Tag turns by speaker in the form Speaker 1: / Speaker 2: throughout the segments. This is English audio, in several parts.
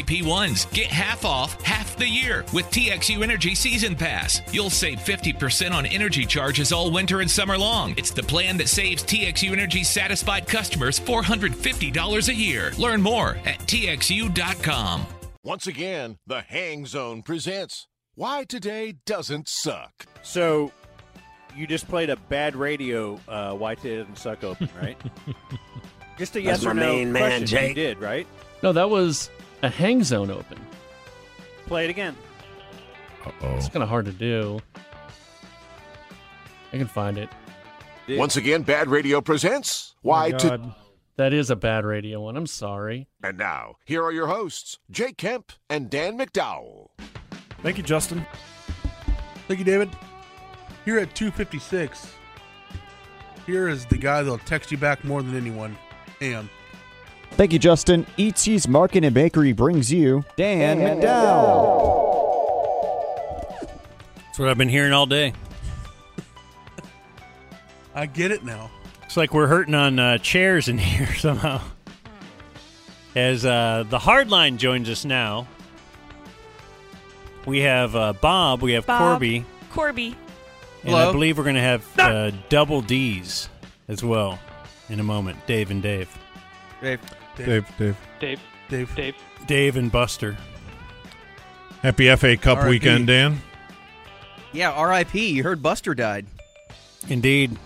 Speaker 1: AP1s. Get half off half the year with TXU Energy Season Pass. You'll save 50% on energy charges all winter and summer long. It's the plan that saves TXU Energy satisfied customers $450 a year. Learn more at TXU.com.
Speaker 2: Once again, the Hang Zone presents Why Today Doesn't Suck.
Speaker 3: So you just played a bad radio uh, Why Today Doesn't Suck open, right? just a yes
Speaker 4: That's
Speaker 3: or
Speaker 4: my
Speaker 3: no
Speaker 4: main man,
Speaker 3: question. You
Speaker 4: Jake.
Speaker 3: did, right?
Speaker 5: No, that was a hang zone open.
Speaker 3: Play it again.
Speaker 6: Oh.
Speaker 5: It's kind of hard to do. I can find it.
Speaker 3: Dude.
Speaker 2: Once again, Bad Radio presents Why Today.
Speaker 5: That is a bad radio one. I'm sorry.
Speaker 2: And now, here are your hosts, Jake Kemp and Dan McDowell.
Speaker 7: Thank you, Justin.
Speaker 8: Thank you, David. Here at 256, here is the guy that'll text you back more than anyone. Am.
Speaker 9: Thank you, Justin. Eatsy's Market and Bakery brings you Dan McDowell.
Speaker 10: That's what I've been hearing all day.
Speaker 8: I get it now.
Speaker 10: It's like we're hurting on uh, chairs in here somehow. As uh, the hardline joins us now, we have uh, Bob, we have
Speaker 11: Bob.
Speaker 10: Corby,
Speaker 11: Corby.
Speaker 10: and I
Speaker 8: Hello.
Speaker 10: believe we're going to have uh, double D's as well in a moment. Dave and Dave,
Speaker 8: Dave.
Speaker 7: Dave.
Speaker 6: Dave,
Speaker 8: Dave.
Speaker 6: Dave,
Speaker 10: Dave and Buster.
Speaker 7: Happy FA Cup
Speaker 8: RIP.
Speaker 7: weekend, Dan.
Speaker 12: Yeah, R.I.P. You heard Buster died.
Speaker 10: Indeed,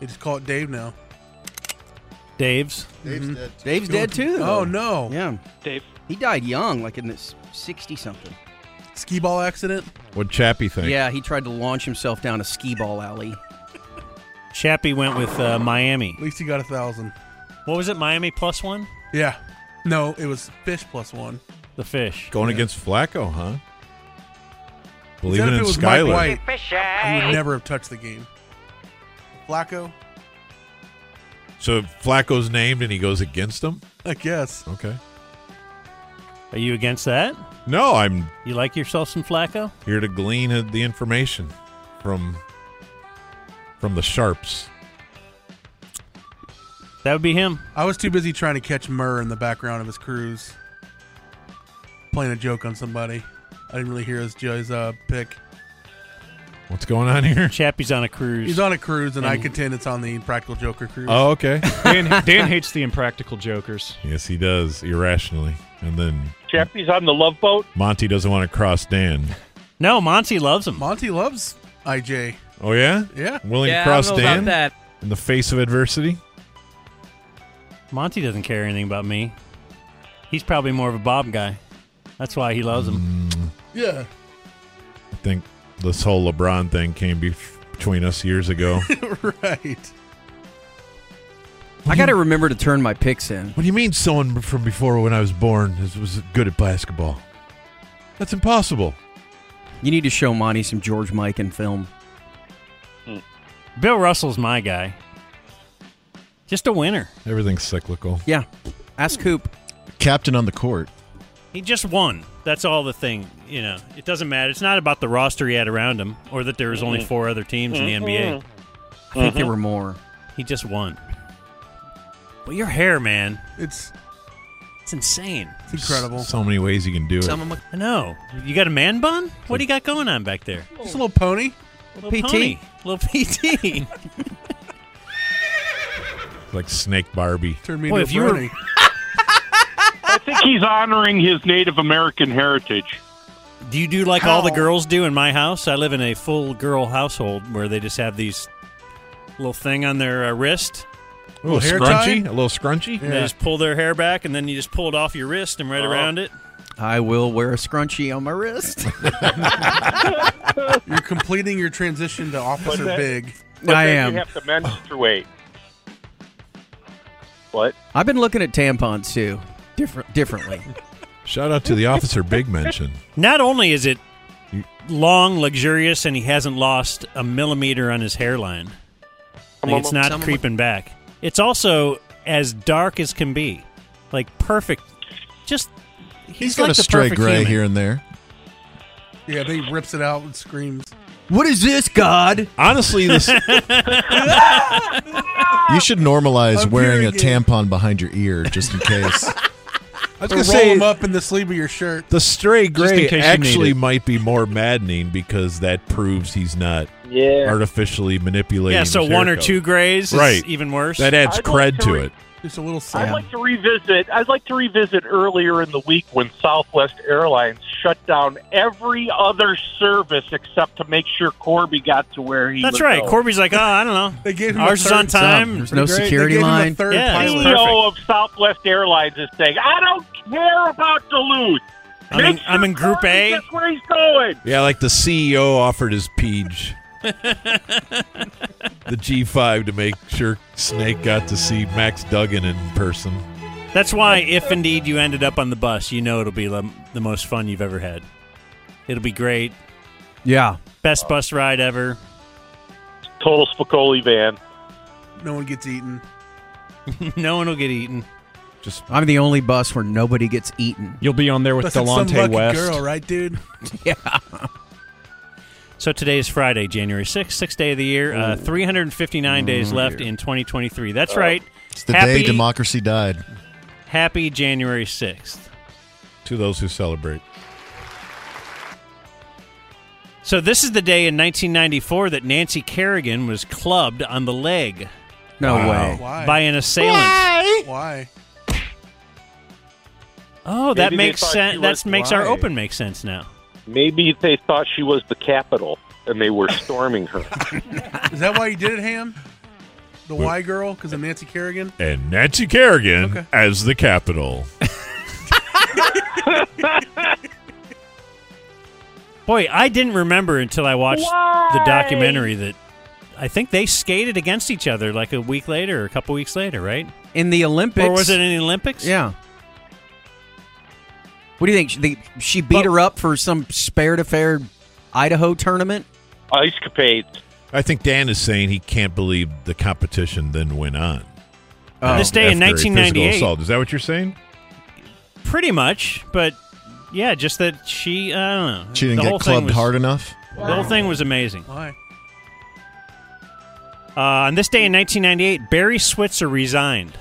Speaker 8: They just call it Dave now.
Speaker 10: Dave's.
Speaker 8: Dave's dead.
Speaker 12: Dave's dead too. though.
Speaker 8: Oh, no.
Speaker 12: Yeah,
Speaker 6: Dave.
Speaker 12: he died young, like in the sixty something.
Speaker 8: Ski ball accident.
Speaker 7: What Chappie think?
Speaker 12: Yeah, he tried to launch himself down a skee ball alley.
Speaker 10: Chappie went with uh, Miami.
Speaker 8: At least he got a thousand.
Speaker 10: What was it? Miami plus one.
Speaker 8: Yeah. No, it was fish plus one.
Speaker 10: The fish.
Speaker 7: Going against Flacco, huh?
Speaker 8: Except
Speaker 7: Believing
Speaker 8: if
Speaker 7: in
Speaker 8: it was Mike
Speaker 7: Skyler.
Speaker 8: White, he would never have touched the game. Flacco,
Speaker 7: So Flacco's named and he goes against him?
Speaker 8: I guess.
Speaker 7: Okay.
Speaker 10: Are you against that?
Speaker 7: No, I'm
Speaker 10: You like yourself some Flacco?
Speaker 7: here to glean uh, the information from from the sharps.
Speaker 10: That would be him.
Speaker 8: I was too busy trying to catch Murr in the background of his cruise, playing a joke on somebody. I didn't really hear his, his uh, pick.
Speaker 7: What's going on here?
Speaker 10: Chappie's on a cruise.
Speaker 8: He's on a cruise, and I
Speaker 10: And-
Speaker 8: contend it's on the Practical Joker cruise.
Speaker 7: Oh, okay.
Speaker 6: Dan, Dan hates the impractical jokers.
Speaker 7: yes, he does irrationally. And then
Speaker 6: Chappie's on the love boat.
Speaker 7: Monty doesn't want to cross Dan.
Speaker 10: No, Monty loves him.
Speaker 8: Monty loves IJ.
Speaker 7: Oh yeah?
Speaker 8: Yeah.
Speaker 7: Willing
Speaker 12: yeah,
Speaker 7: to cross
Speaker 12: I don't know
Speaker 7: Dan
Speaker 12: about that.
Speaker 7: in the face of adversity?
Speaker 10: Monty doesn't care anything about me. He's probably more of a Bob guy. That's why he loves him.
Speaker 8: Yeah.
Speaker 7: I think this whole LeBron thing came be- between us years ago.
Speaker 8: right.
Speaker 12: I got to remember to turn my picks in.
Speaker 7: what do you mean someone from before when I was born is, was good at basketball? That's impossible.
Speaker 12: You need to show Monty some George Mike in film.
Speaker 10: Bill Russell's my guy. Just a winner.
Speaker 7: Everything's cyclical.
Speaker 12: Yeah, ask Coop.
Speaker 4: Captain on the court.
Speaker 10: He just won. That's all the thing. You know, it doesn't matter. It's not about the roster he had around him or that there was only four other teams in the NBA.
Speaker 12: I think
Speaker 7: Mm-hmm.
Speaker 12: there were more.
Speaker 10: He just won. But your hair, man,
Speaker 8: It's
Speaker 10: it's insane.
Speaker 8: it's incredible.
Speaker 7: So many ways you can do it.
Speaker 10: I know. You got a man bun? What do you got going on back there?
Speaker 8: Just a little pony.
Speaker 10: Little
Speaker 12: PT.
Speaker 10: pony. Little PT.
Speaker 7: like Snake Barbie.
Speaker 8: Turn me
Speaker 10: Boy, if
Speaker 8: into
Speaker 10: you
Speaker 8: a
Speaker 10: were-
Speaker 8: brony.
Speaker 6: I think he's honoring his Native American heritage.
Speaker 10: Do you do like all the girls do in my house? I live in a full girl household where they just have these little thing on their uh, wrist.
Speaker 7: A little
Speaker 8: hair
Speaker 7: scrunchy.
Speaker 8: tie?
Speaker 7: A little scrunchy.
Speaker 10: And they just pull their hair back, and then you just pull it off your wrist and right around it.
Speaker 12: I will wear a scrunchie on my wrist.
Speaker 8: You're completing your transition to Officer
Speaker 6: that-
Speaker 8: Big.
Speaker 12: I am.
Speaker 6: to menstruate. What?
Speaker 12: I've been looking at tampons too, different differently.
Speaker 7: Shout out to the officer Big mention.
Speaker 10: Not only is it long, luxurious, and he hasn't lost a millimeter on his hairline, like it's not creeping back. It's also as dark as can be, like perfect. Just he's,
Speaker 4: He's got
Speaker 10: like
Speaker 4: a
Speaker 10: the
Speaker 4: stray
Speaker 10: perfect
Speaker 4: gray
Speaker 10: human.
Speaker 4: here and there.
Speaker 8: Yeah, they rips it out and screams.
Speaker 12: what is this, God?
Speaker 7: Honestly, this
Speaker 4: You should normalize
Speaker 8: I'm
Speaker 4: wearing a
Speaker 8: hearing it.
Speaker 4: tampon behind your ear just in case.
Speaker 8: I was
Speaker 7: Or
Speaker 8: gonna
Speaker 7: roll
Speaker 8: say roll
Speaker 7: 'em
Speaker 8: them up in the sleeve of your shirt.
Speaker 7: The stray
Speaker 8: Just in
Speaker 7: gray
Speaker 8: case you need
Speaker 7: actually
Speaker 8: it.
Speaker 7: might be more maddening because that proves he's not
Speaker 10: Yeah.
Speaker 7: artificially manipulating.
Speaker 10: Yeah, so
Speaker 7: his
Speaker 10: one
Speaker 7: hair
Speaker 10: or
Speaker 7: color.
Speaker 10: two grays is
Speaker 7: right?
Speaker 10: even worse.
Speaker 7: That adds
Speaker 10: I'd
Speaker 7: cred
Speaker 10: like
Speaker 7: to,
Speaker 10: to
Speaker 7: it.
Speaker 8: Just a little
Speaker 6: I'd like to revisit. I'd like to revisit earlier in the week when Southwest Airlines shut down every other service except to make sure Corby got to where he.
Speaker 10: That's
Speaker 6: was
Speaker 10: right.
Speaker 6: going.
Speaker 10: Corby's like, oh, I don't know.
Speaker 8: They gave him
Speaker 10: Ours is
Speaker 8: a third
Speaker 10: on time.
Speaker 8: job. There's no They gave- security they gave him a line. third
Speaker 10: yeah,
Speaker 6: The
Speaker 10: it's
Speaker 6: CEO
Speaker 10: perfect.
Speaker 6: of Southwest Airlines is saying, "I don't care about Duluth.
Speaker 10: I'm in- I'm in Group A.
Speaker 6: That's where he's going."
Speaker 7: Yeah, like the CEO offered his peach, the G5, to make sure Snake got to see Max Duggan in person.
Speaker 10: That's why, if indeed you ended up on the bus, you know it'll be the, the most fun you've ever had. It'll be great.
Speaker 12: Yeah.
Speaker 4: Uh,
Speaker 10: Best bus ride ever.
Speaker 6: Total Spicoli van.
Speaker 8: No one gets eaten.
Speaker 10: no one will get eaten.
Speaker 7: Just
Speaker 12: I'm the only bus where nobody gets eaten.
Speaker 4: You'll be on there with
Speaker 8: Plus, it's some
Speaker 4: Delonte
Speaker 8: lucky
Speaker 4: West.
Speaker 8: girl, right, dude?
Speaker 12: yeah.
Speaker 10: So today is Friday, January 6th, sixth day of the year. Uh, 359 days
Speaker 4: Mm,
Speaker 11: Oh,
Speaker 10: left in 2023.
Speaker 8: Oh.
Speaker 10: That's right.
Speaker 11: It's the
Speaker 10: happy,
Speaker 11: day democracy died.
Speaker 10: happy January 6th.
Speaker 7: To those who celebrate.
Speaker 10: So this is the day in 1994 that Nancy Kerrigan was clubbed on the leg.
Speaker 12: No Wow. way.
Speaker 8: Why?
Speaker 10: By an assailant.
Speaker 8: Why?
Speaker 10: Oh, that
Speaker 6: Maybe they
Speaker 10: makes
Speaker 6: thought she
Speaker 10: sense.
Speaker 6: was
Speaker 10: That makes our
Speaker 6: lying.
Speaker 10: open make sense now.
Speaker 6: Maybe they thought she was the capital, and they were storming her.
Speaker 8: Is that why you did it, Ham? The Y girl, because of Nancy Kerrigan.
Speaker 7: And Nancy Kerrigan as the capital.
Speaker 10: Boy, I didn't remember until I watched the
Speaker 6: Why?
Speaker 10: documentary that I think they skated against each other like a week later or a couple weeks later, right?
Speaker 12: In the Olympics.
Speaker 10: Or was it in the Olympics?
Speaker 12: Yeah. What do you think? She, they, she beat her up for some spare to fair Idaho tournament?
Speaker 6: Ice capades.
Speaker 7: I think Dan is saying he can't believe the competition then went on.
Speaker 10: Oh. This day in
Speaker 7: After a physical
Speaker 10: 1998.
Speaker 7: assault. Is that what you're saying?
Speaker 10: Pretty much, but yeah, just that she, I don't know.
Speaker 11: She didn't
Speaker 10: the whole
Speaker 11: get
Speaker 10: thing
Speaker 11: clubbed
Speaker 10: was-
Speaker 11: hard enough.
Speaker 10: The whole thing was amazing.
Speaker 8: Why?
Speaker 10: Uh, on this day in 1998, Barry Switzer resigned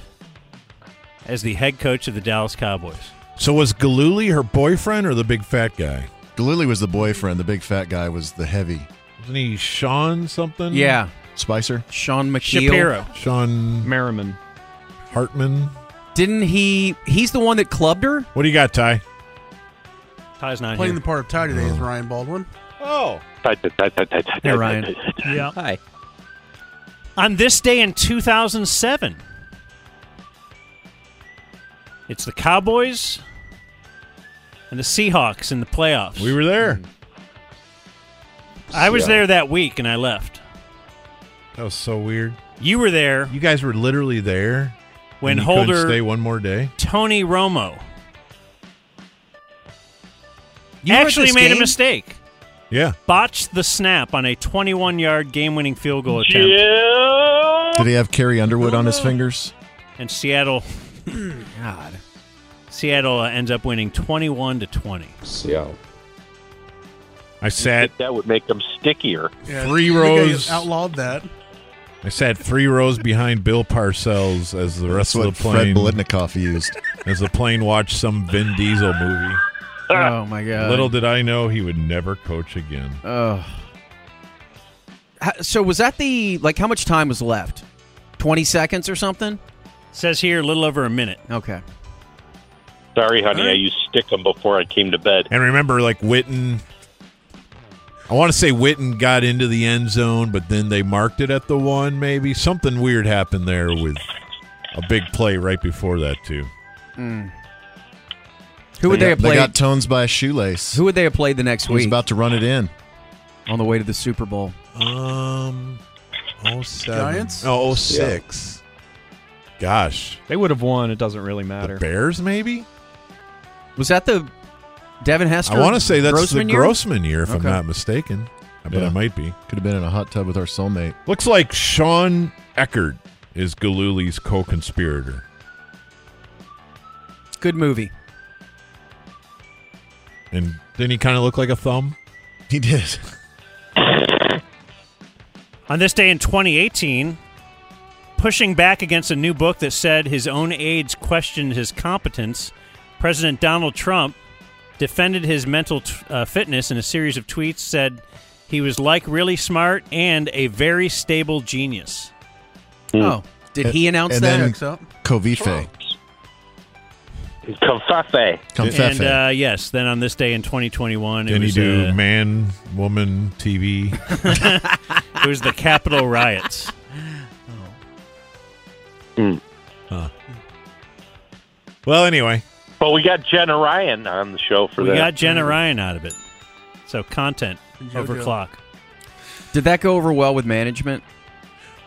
Speaker 10: as the head coach of the Dallas Cowboys.
Speaker 7: So was Galuli her boyfriend or the big fat guy?
Speaker 11: Galuli was the boyfriend. The big fat guy was the heavy.
Speaker 7: Wasn't he Sean something?
Speaker 12: Yeah.
Speaker 11: Spicer.
Speaker 12: Sean McKeel.
Speaker 10: Shapiro.
Speaker 7: Sean
Speaker 4: Merriman.
Speaker 7: Hartman.
Speaker 12: Didn't he? He's the one that clubbed her?
Speaker 7: What do you got, Ty?
Speaker 10: Ty's not
Speaker 8: Playing
Speaker 10: here.
Speaker 8: the part of Ty today is Ryan Baldwin.
Speaker 7: Oh.
Speaker 12: Hey, Ryan.
Speaker 10: Yeah.
Speaker 12: Hi.
Speaker 10: On this day in 2007, it's the Cowboys and the Seahawks in the playoffs.
Speaker 7: We were there.
Speaker 10: I was
Speaker 7: Yeah.
Speaker 10: there that week and I left.
Speaker 7: That was so weird.
Speaker 10: You were there
Speaker 7: You guys were literally there
Speaker 10: when
Speaker 7: and you couldn't
Speaker 10: Holder
Speaker 7: stay one more day.
Speaker 10: Tony Romo
Speaker 12: You were at
Speaker 10: actually
Speaker 12: this
Speaker 10: made a
Speaker 12: game?
Speaker 10: mistake.
Speaker 7: Yeah.
Speaker 10: Botched the snap on a 21 yard game winning field goal attempt.
Speaker 11: Did he have Carrie Underwood on his fingers?
Speaker 10: And Seattle. God. Seattle uh, ends up winning 21 to 20.
Speaker 7: Seattle. I sat
Speaker 6: That would make them stickier.
Speaker 8: Yeah,
Speaker 7: Three
Speaker 8: I think I
Speaker 7: rows.
Speaker 8: outlawed that.
Speaker 7: I sat three rows behind Bill Parcells as the rest
Speaker 11: That's what
Speaker 7: of the
Speaker 11: Fred
Speaker 7: plane
Speaker 11: Bolitnikoff used.
Speaker 7: as the plane watched some Vin Diesel movie.
Speaker 12: Oh, my God.
Speaker 7: Little did I know he would never coach again.
Speaker 12: Oh. How- So was that the like how much time was left? 20 seconds or something?
Speaker 10: Says here a little over a minute.
Speaker 12: Okay.
Speaker 6: Sorry, honey, I used stick them before I came to bed.
Speaker 7: And remember, like Witten, I want to say Witten got into the end zone, but then they marked it at the one. Maybe something weird happened there with a big play right before that too.
Speaker 12: Who would they, have
Speaker 11: got-
Speaker 12: played?
Speaker 11: They got tones by a shoelace.
Speaker 12: who would they have played the next
Speaker 11: He was
Speaker 12: week
Speaker 11: about to run it in.
Speaker 12: on the way to the Super Bowl?
Speaker 7: Um, oh seven.
Speaker 8: Giants?
Speaker 7: No, oh six. Gosh,
Speaker 4: They would have won. It doesn't really
Speaker 7: the
Speaker 4: matter.
Speaker 7: Bears maybe.
Speaker 12: Was that the Devin Hester?
Speaker 7: I want to say that's
Speaker 12: Grossman
Speaker 7: the
Speaker 12: year?
Speaker 7: Grossman year, if I'm
Speaker 12: Okay.
Speaker 7: not mistaken. I bet
Speaker 11: Yeah.
Speaker 7: I might be.
Speaker 11: Could have been in a hot tub with our soulmate.
Speaker 7: Looks like Sean Eckerd is Galuli's co-conspirator.
Speaker 12: Good movie.
Speaker 7: And didn't he kind of look like a thumb?
Speaker 11: He did.
Speaker 10: On this day in 2018, pushing back against a new book that said his own aides questioned his competence, President Donald Trump defended his mental t- uh, fitness in a series of tweets, said he was like really smart and a very stable genius.
Speaker 12: Oh, did he announce
Speaker 10: And
Speaker 12: that?
Speaker 10: then-
Speaker 11: Covife.
Speaker 6: Confafe.
Speaker 10: And uh, yes, then on this day in 2021, it
Speaker 7: Did he
Speaker 10: was,
Speaker 7: do
Speaker 10: uh,
Speaker 7: man, woman, TV?
Speaker 10: it was the Capitol riots.
Speaker 7: Huh. Well, anyway,
Speaker 6: But we got Jenna Ryan on the show for
Speaker 10: we
Speaker 6: that.
Speaker 10: got Jenna Ryan out of it. So content over clock.
Speaker 12: Did that go over well with management?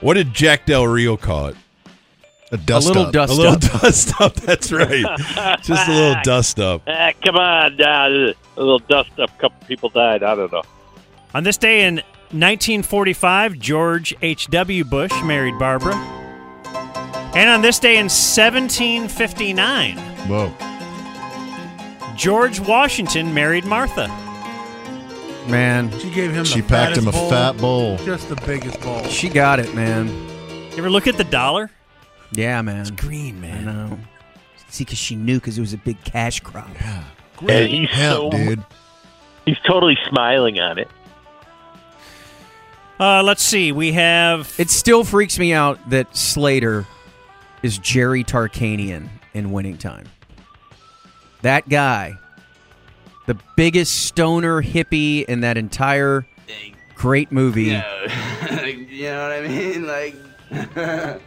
Speaker 7: What did Jack Del Rio call it?
Speaker 11: A
Speaker 12: dust little up. dust
Speaker 7: a little
Speaker 12: up.
Speaker 7: dust up. That's right. Just a little dust up.
Speaker 6: Ah, come on, uh, a little dust up. A couple people died. I don't know.
Speaker 10: On this day in 1945, George H.W. Bush married Barbara. And on this day in 1759,
Speaker 11: Whoa.
Speaker 10: George Washington married Martha.
Speaker 12: Man,
Speaker 8: She gave him.
Speaker 11: She
Speaker 8: the
Speaker 11: packed
Speaker 8: fattest
Speaker 11: him a
Speaker 8: bowl,
Speaker 11: fat bowl.
Speaker 8: Just the biggest bowl.
Speaker 12: she got it, man.
Speaker 10: You ever look at the dollar?
Speaker 12: Yeah, man. It's
Speaker 10: green,
Speaker 12: man. I know. See, because she knew because it was a big cash crop.
Speaker 6: And he's
Speaker 11: Hell,
Speaker 6: so
Speaker 11: dude.
Speaker 6: he's totally smiling on it.
Speaker 10: Uh, let's see. We have
Speaker 12: It still freaks me out that Slater is Jerry Tarkanian in Winning Time. That guy, the biggest stoner hippie in that entire great movie.
Speaker 4: you know what I mean? Like,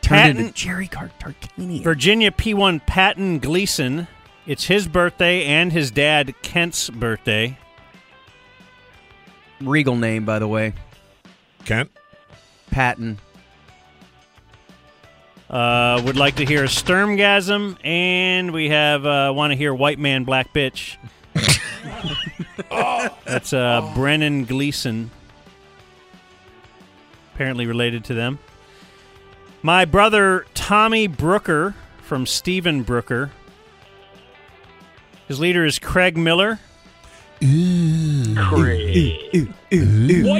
Speaker 12: Turned
Speaker 10: Patton-
Speaker 12: into Jerry Car- Tarkanian.
Speaker 10: Virginia P1 Patton Gleason. It's his birthday and his dad Kent's birthday.
Speaker 12: Regal name, by the way.
Speaker 7: Kent?
Speaker 12: Patton.
Speaker 10: Uh, would like to hear a Sturmgasm, and we have uh, want to hear White Man Black Bitch. That's uh, Brennan Gleason. Apparently related to them. My brother Tommy Brooker from Stephen Brooker. His leader is Craig Miller. White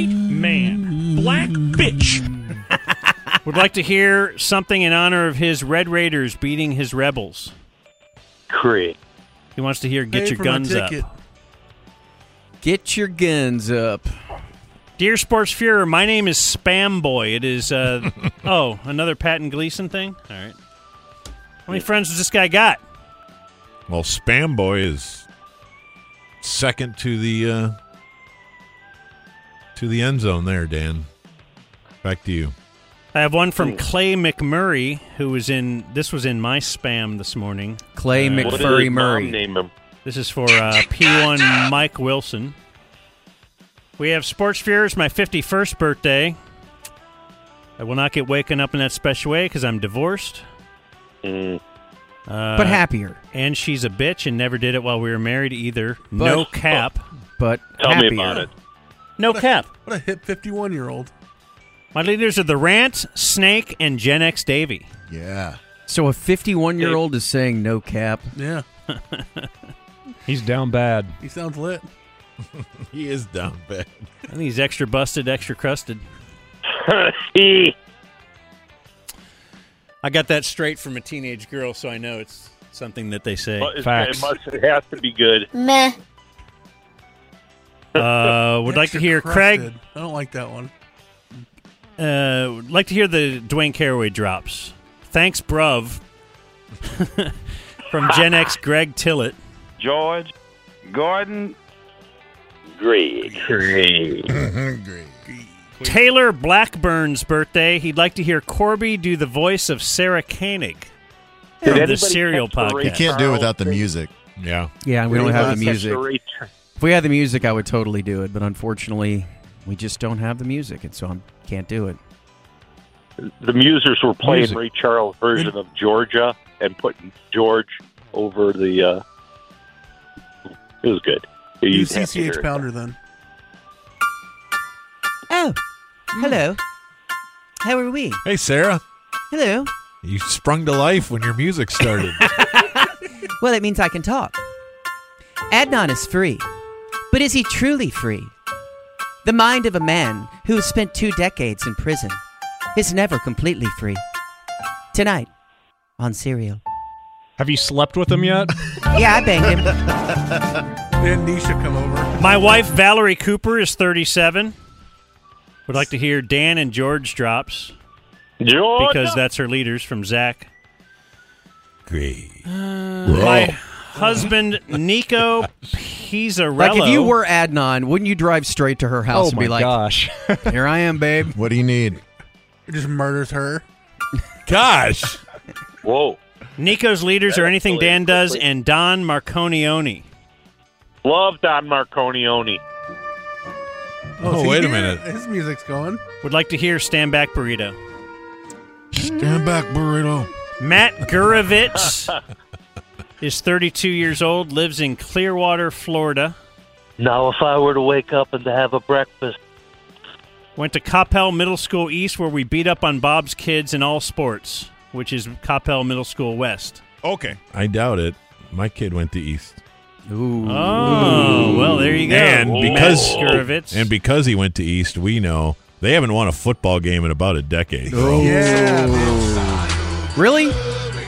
Speaker 10: man, black bitch. Would like to hear something in honor of his Red Raiders beating his rebels.
Speaker 6: Craig.
Speaker 10: He wants to hear "Get
Speaker 8: Pay
Speaker 10: Your
Speaker 8: for my
Speaker 10: Guns Up."
Speaker 8: ticket.
Speaker 12: Get your guns up.
Speaker 10: Dear Sports Fuhrer, my name is Spam Boy. It is uh oh another Patton Gleason thing. All right, how many friends does this guy got?
Speaker 7: Well, Spam Boy is second to the uh, to the end zone there, Dan. Back to you.
Speaker 10: I have one from Clay McMurray, who was in this was in my spam this morning.
Speaker 12: Clay
Speaker 10: Uh,
Speaker 6: What did his mom name him?
Speaker 10: This is for uh, P1 Mike Wilson. We have Sports Fears, my 51st birthday. I will not get waken up in that special way because I'm divorced. Uh,
Speaker 12: But happier.
Speaker 10: And she's a bitch and never did it while we were married either. no
Speaker 12: But-
Speaker 10: cap.
Speaker 12: But happier.
Speaker 10: No cap.
Speaker 8: What a hip fifty-one-year-old.
Speaker 10: My leaders are The Rant, Snake, and Gen X Davy.
Speaker 11: Yeah.
Speaker 12: So a 51 year old is saying no cap.
Speaker 8: Yeah.
Speaker 13: He's down bad.
Speaker 8: He sounds lit.
Speaker 7: he is down bad.
Speaker 10: I think he's extra busted, extra crusted. I got that straight from a teenage girl, so I know it's something that they say.
Speaker 6: Well, it's- It, must, it has to be good.
Speaker 10: Meh. Uh, would like to
Speaker 8: Extra
Speaker 10: hear
Speaker 8: crusted. I don't like that one.
Speaker 10: Craig. Uh, would like to hear the Dwayne Caraway drops. Thanks, bruv. From Gen X, Greg Tillett.
Speaker 4: George, Gordon,
Speaker 6: Greg.
Speaker 10: Taylor Blackburn's birthday. He'd like to hear Corby do the voice of Sarah Koenig
Speaker 11: Did
Speaker 10: from the
Speaker 11: anybody
Speaker 10: Serial
Speaker 11: catch the
Speaker 10: podcast.
Speaker 11: Ray You can't do it without the music.
Speaker 7: Yeah.
Speaker 12: Yeah, we don't
Speaker 11: Really
Speaker 12: have
Speaker 11: not
Speaker 12: the
Speaker 11: catch the
Speaker 12: music. If we had the music, I would totally do it, but unfortunately, we just don't have the music, and so I can't do it.
Speaker 6: The Musers were playing
Speaker 12: Music.
Speaker 6: Ray Charles' version of Georgia and putting George over the. Uh, it was good.
Speaker 8: Do
Speaker 6: You'd have to hear
Speaker 8: CCH
Speaker 6: it.
Speaker 8: Pounder then.
Speaker 12: Oh, hello. How are we?
Speaker 7: Hey, Sarah.
Speaker 12: Hello.
Speaker 7: You sprung to life when your music started.
Speaker 12: Well, it means I can talk. Adnan is free. But is he truly free? The mind of a man who has spent two decades in prison is never completely free. Tonight, on Serial.
Speaker 13: Have you slept with him yet?
Speaker 14: Yeah, I banged him.
Speaker 8: Then Nisha come over.
Speaker 10: My wife Valerie Cooper is 37. Would like to hear Dan and George drops.
Speaker 6: George.
Speaker 10: Because that's her leaders from Zach.
Speaker 7: Great.
Speaker 8: Uh,
Speaker 10: My husband Nico Pizzarello.
Speaker 12: Like if you were Adnan, wouldn't you drive straight to her house
Speaker 10: Oh
Speaker 12: and be
Speaker 10: my
Speaker 12: like,
Speaker 10: gosh.
Speaker 12: "Here I am, babe.
Speaker 11: What do you need?"
Speaker 8: It just murders her.
Speaker 7: Gosh.
Speaker 6: Whoa.
Speaker 10: Nico's leaders are anything Dan does and Don Marconioni.
Speaker 6: Love Don Marconioni.
Speaker 8: is
Speaker 10: Oh,
Speaker 8: he
Speaker 10: wait a
Speaker 8: here?
Speaker 10: minute.
Speaker 8: His music's going.
Speaker 10: Would like to hear Stand Back Burrito.
Speaker 11: Stand back, burrito.
Speaker 10: Matt Gurevitz is 32 years old, lives in Clearwater, Florida.
Speaker 15: Now, if I were to wake up and to have a breakfast,
Speaker 10: Went to Coppell Middle School East, where we beat up on Bob's kids in all sports, which is Coppell Middle School West.
Speaker 7: Okay. I doubt it. My kid went to East.
Speaker 12: Ooh.
Speaker 10: Oh, well, there you go.
Speaker 7: And
Speaker 10: Matt
Speaker 7: because
Speaker 10: Gurevitz.
Speaker 7: and because he went to East, we know they haven't won a football game in about a decade.
Speaker 8: Yeah.
Speaker 12: Really?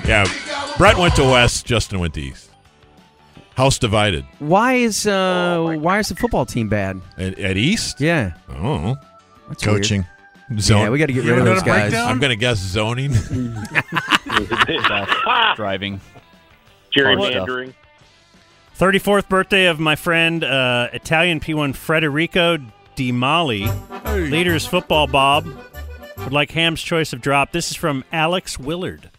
Speaker 7: Yeah. Brett went to West. Justin went to East. House divided.
Speaker 12: Why is uh, why is the football team bad
Speaker 7: at, at East?
Speaker 12: Yeah.
Speaker 7: Oh,
Speaker 12: That's
Speaker 11: Coaching.
Speaker 12: weird. Yeah, we got to get rid of those guys.
Speaker 7: I'm gonna guess zoning.
Speaker 16: driving.
Speaker 6: Gerrymandering.
Speaker 10: 34th birthday of my friend, uh, Italian P1 Federico Di Mali. Leaders football, Bob. Would like Ham's choice of drop. This is from Alex Willard.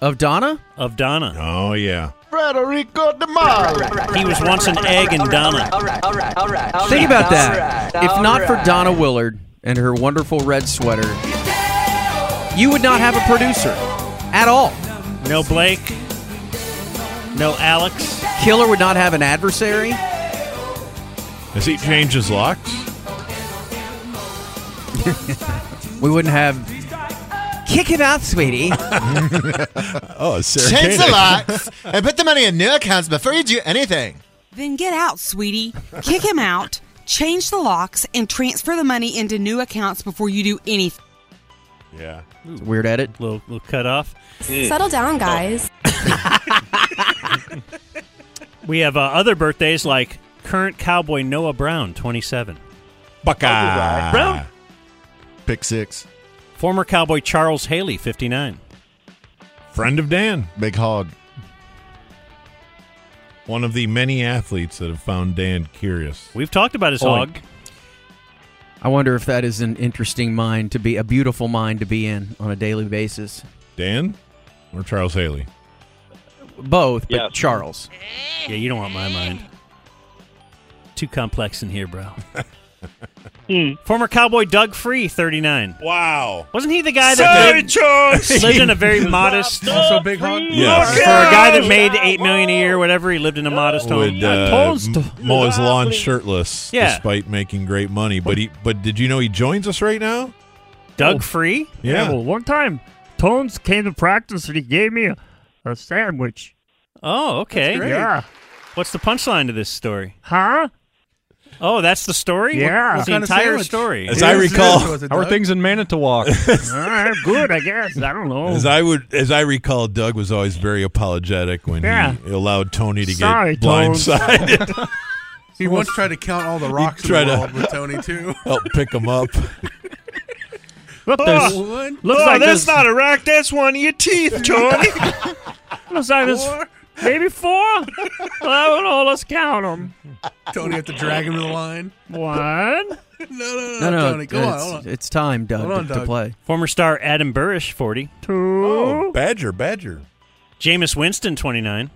Speaker 12: Of Donna?
Speaker 10: Of Donna.
Speaker 7: Oh, yeah.
Speaker 14: Frederico de Mara.
Speaker 10: He was once an egg in Donna.
Speaker 14: All right, all right, all right. all
Speaker 12: Think
Speaker 14: right,
Speaker 12: about
Speaker 14: all
Speaker 12: that.
Speaker 14: right,
Speaker 12: If
Speaker 14: all
Speaker 12: not for
Speaker 14: right.
Speaker 12: Donna Willard and her wonderful red sweater, you would not have a producer at all.
Speaker 10: No Blake. No Alex.
Speaker 12: Killer would not have an adversary.
Speaker 7: Has he changed his locks?
Speaker 12: we wouldn't have. Kick it out, sweetie.
Speaker 7: oh,
Speaker 11: Change the locks and put the money in new accounts before you do anything.
Speaker 17: Then get out, sweetie. Kick him out, change the locks, and transfer the money into new accounts before you do anything.
Speaker 7: Yeah.
Speaker 12: Weird edit.
Speaker 10: Little, little cut off.
Speaker 18: Settle
Speaker 17: Oh.
Speaker 18: down, guys.
Speaker 10: We have uh, other birthdays like current cowboy Noah Brown, 27.
Speaker 7: Buckeye.
Speaker 10: Brown.
Speaker 11: Pick six.
Speaker 10: Former cowboy Charles Haley, 59.
Speaker 7: Friend of Dan.
Speaker 11: Big hog.
Speaker 7: One of the many athletes that have found Dan curious.
Speaker 10: We've talked about his
Speaker 12: Oink.
Speaker 10: hog.
Speaker 12: I wonder if that is an interesting mind to be, a beautiful mind to be in on a daily basis.
Speaker 7: Dan or Charles Haley?
Speaker 12: Both, but
Speaker 10: Yeah.
Speaker 12: Charles.
Speaker 10: Yeah, you don't want my mind. Too complex in here, bro. Former cowboy Doug Free, 39.
Speaker 7: Wow.
Speaker 10: Wasn't he the guy that
Speaker 7: Sorry,
Speaker 10: lived,
Speaker 7: George.
Speaker 10: lived in a very modest
Speaker 8: Also, Big Hog.
Speaker 7: Yes.
Speaker 10: For a guy that made 8 million a year whatever, he lived in a modest home.
Speaker 7: would uh, m- mow his lawn shirtless
Speaker 10: Yeah.
Speaker 7: despite making great money. But he, but did you know he joins us right now?
Speaker 10: Doug Free?
Speaker 7: Yeah.
Speaker 19: well, one time, Tones came to practice and he gave me a, a sandwich.
Speaker 10: Oh, okay.
Speaker 19: great. Yeah.
Speaker 10: What's the punchline to this story?
Speaker 19: Huh?
Speaker 10: Oh, that's the story?
Speaker 19: Yeah.
Speaker 10: What's the entire story.
Speaker 13: how are things in Manitowoc?
Speaker 19: Uh, good, I guess. I don't know.
Speaker 7: As I would, as I recall, Doug was always very apologetic when
Speaker 19: Yeah.
Speaker 7: he allowed Tony to
Speaker 19: Sorry,
Speaker 7: get
Speaker 19: Tones.
Speaker 7: blindsided.
Speaker 8: He once tried to count all the rocks in
Speaker 7: tried
Speaker 8: the
Speaker 7: to-
Speaker 8: world with Tony too.
Speaker 7: Help pick him up.
Speaker 19: Look,
Speaker 8: there's-
Speaker 19: looks like there's-
Speaker 20: a rock. Oh. That's one of your teeth,
Speaker 19: Looks like there's maybe four? I don't know. Let's count them.
Speaker 8: Tony had to drag him to the line.
Speaker 19: One.
Speaker 8: No, no,
Speaker 12: No,
Speaker 8: no,
Speaker 12: no,
Speaker 8: Tony,
Speaker 12: it's,
Speaker 8: come on, hold on.
Speaker 12: it's time, Doug,
Speaker 8: Hold on,
Speaker 12: to, to
Speaker 8: Doug.
Speaker 12: play.
Speaker 10: Former star Adam Burrish, 40.
Speaker 19: Two.
Speaker 7: Oh, Badger, Badger.
Speaker 10: Jameis Winston, 29.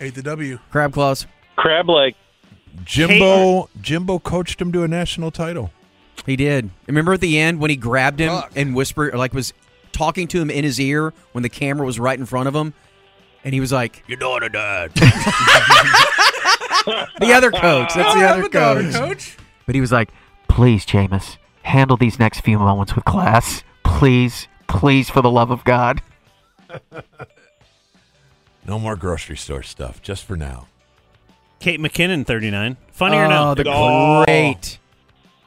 Speaker 8: Ate the W.
Speaker 12: Crab claws.
Speaker 6: Crab leg.
Speaker 7: Jimbo, Jimbo coached him to a national title.
Speaker 12: He did. Remember at the end when he grabbed him and whispered, or like was talking to him in his ear when the camera was right in front of him, and he was like,
Speaker 7: Your daughter died.
Speaker 12: "The other coach, that's
Speaker 8: I
Speaker 12: the
Speaker 8: have
Speaker 12: other
Speaker 8: a daughter,
Speaker 12: coach."
Speaker 8: coach.
Speaker 12: But he was like,
Speaker 16: Please, Jameis, handle these next few moments with class. Please, please, for the love of God.
Speaker 7: No more grocery store stuff, just for now.
Speaker 10: Kate McKinnon, 39. Funny or
Speaker 7: Oh,
Speaker 10: not?
Speaker 7: the Oh. great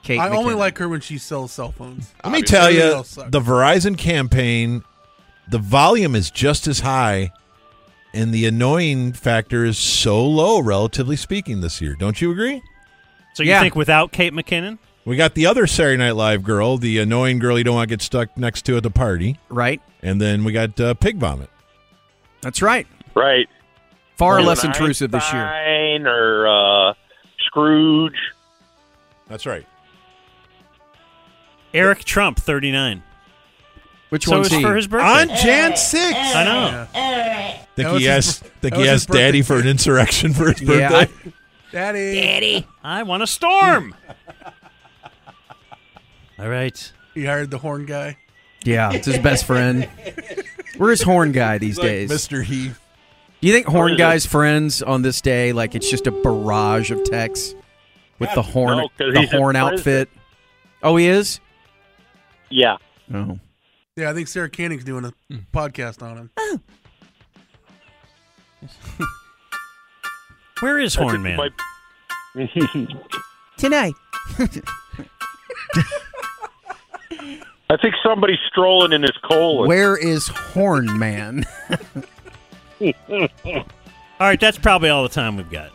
Speaker 10: Kate
Speaker 8: I only like her when she sells cell phones.
Speaker 7: Let me tell
Speaker 8: Everything
Speaker 7: you,
Speaker 8: else sucks.
Speaker 7: the Verizon campaign the volume is just as high and the annoying factor is so low relatively speaking this year. Don't you agree?
Speaker 10: So you think without Kate McKinnon?
Speaker 7: We got the other Saturday Night Live girl, the annoying girl you don't want to get stuck next to at the party.
Speaker 12: Right.
Speaker 7: And then we got uh, Pig Vomit.
Speaker 12: That's right.
Speaker 6: Right.
Speaker 12: Far
Speaker 6: Or
Speaker 12: less intrusive this year.
Speaker 6: Einstein Or uh, Scrooge.
Speaker 7: That's right.
Speaker 10: Eric Trump, 39.
Speaker 12: Which
Speaker 10: so
Speaker 12: one's
Speaker 10: it's
Speaker 12: he?
Speaker 10: for his birthday?
Speaker 7: On Jan 6.
Speaker 10: I know.
Speaker 7: Think
Speaker 10: That was
Speaker 7: he
Speaker 10: his
Speaker 7: asked,
Speaker 10: bir- that
Speaker 7: think he
Speaker 10: was his
Speaker 7: asked Daddy for an insurrection for his birthday.
Speaker 8: Daddy.
Speaker 10: Daddy. I want a storm. All right.
Speaker 8: He hired the horn guy.
Speaker 12: Yeah, it's his best friend. Where's Horn Guy these
Speaker 8: like
Speaker 12: days?
Speaker 8: Mr.
Speaker 7: Heath.
Speaker 12: You think
Speaker 8: Where
Speaker 12: Horn
Speaker 8: is
Speaker 12: Guy's friends on this day, like it's just a barrage of texts with the horn,
Speaker 6: No, 'cause
Speaker 12: the
Speaker 6: he's in
Speaker 12: horn
Speaker 6: prison.
Speaker 12: outfit? Oh, he is.
Speaker 6: Yeah.
Speaker 12: No.
Speaker 8: Yeah, I think Sarah Canning's doing a podcast on him.
Speaker 10: Where is
Speaker 8: I think
Speaker 10: Horn Man?
Speaker 12: Tonight.
Speaker 6: I think somebody's strolling in his colon.
Speaker 12: Where is Horn Man?
Speaker 10: all right, that's probably all the time we've got.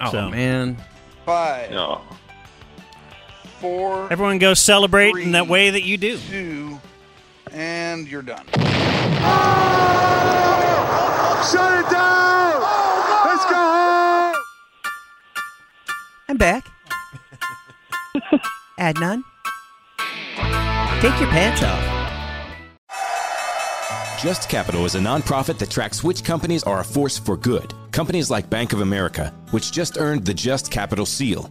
Speaker 12: Oh,
Speaker 10: So-
Speaker 12: man.
Speaker 10: Five. No. Four. Everyone go celebrate in that way that you do.
Speaker 21: Two, and you're done.
Speaker 14: Shut it down! Let's go home!
Speaker 12: I'm back. Adnan, take your pants off.
Speaker 22: Just Capital is a nonprofit that tracks which companies are a force for good. Companies like Bank of America, which just earned the Just Capital seal.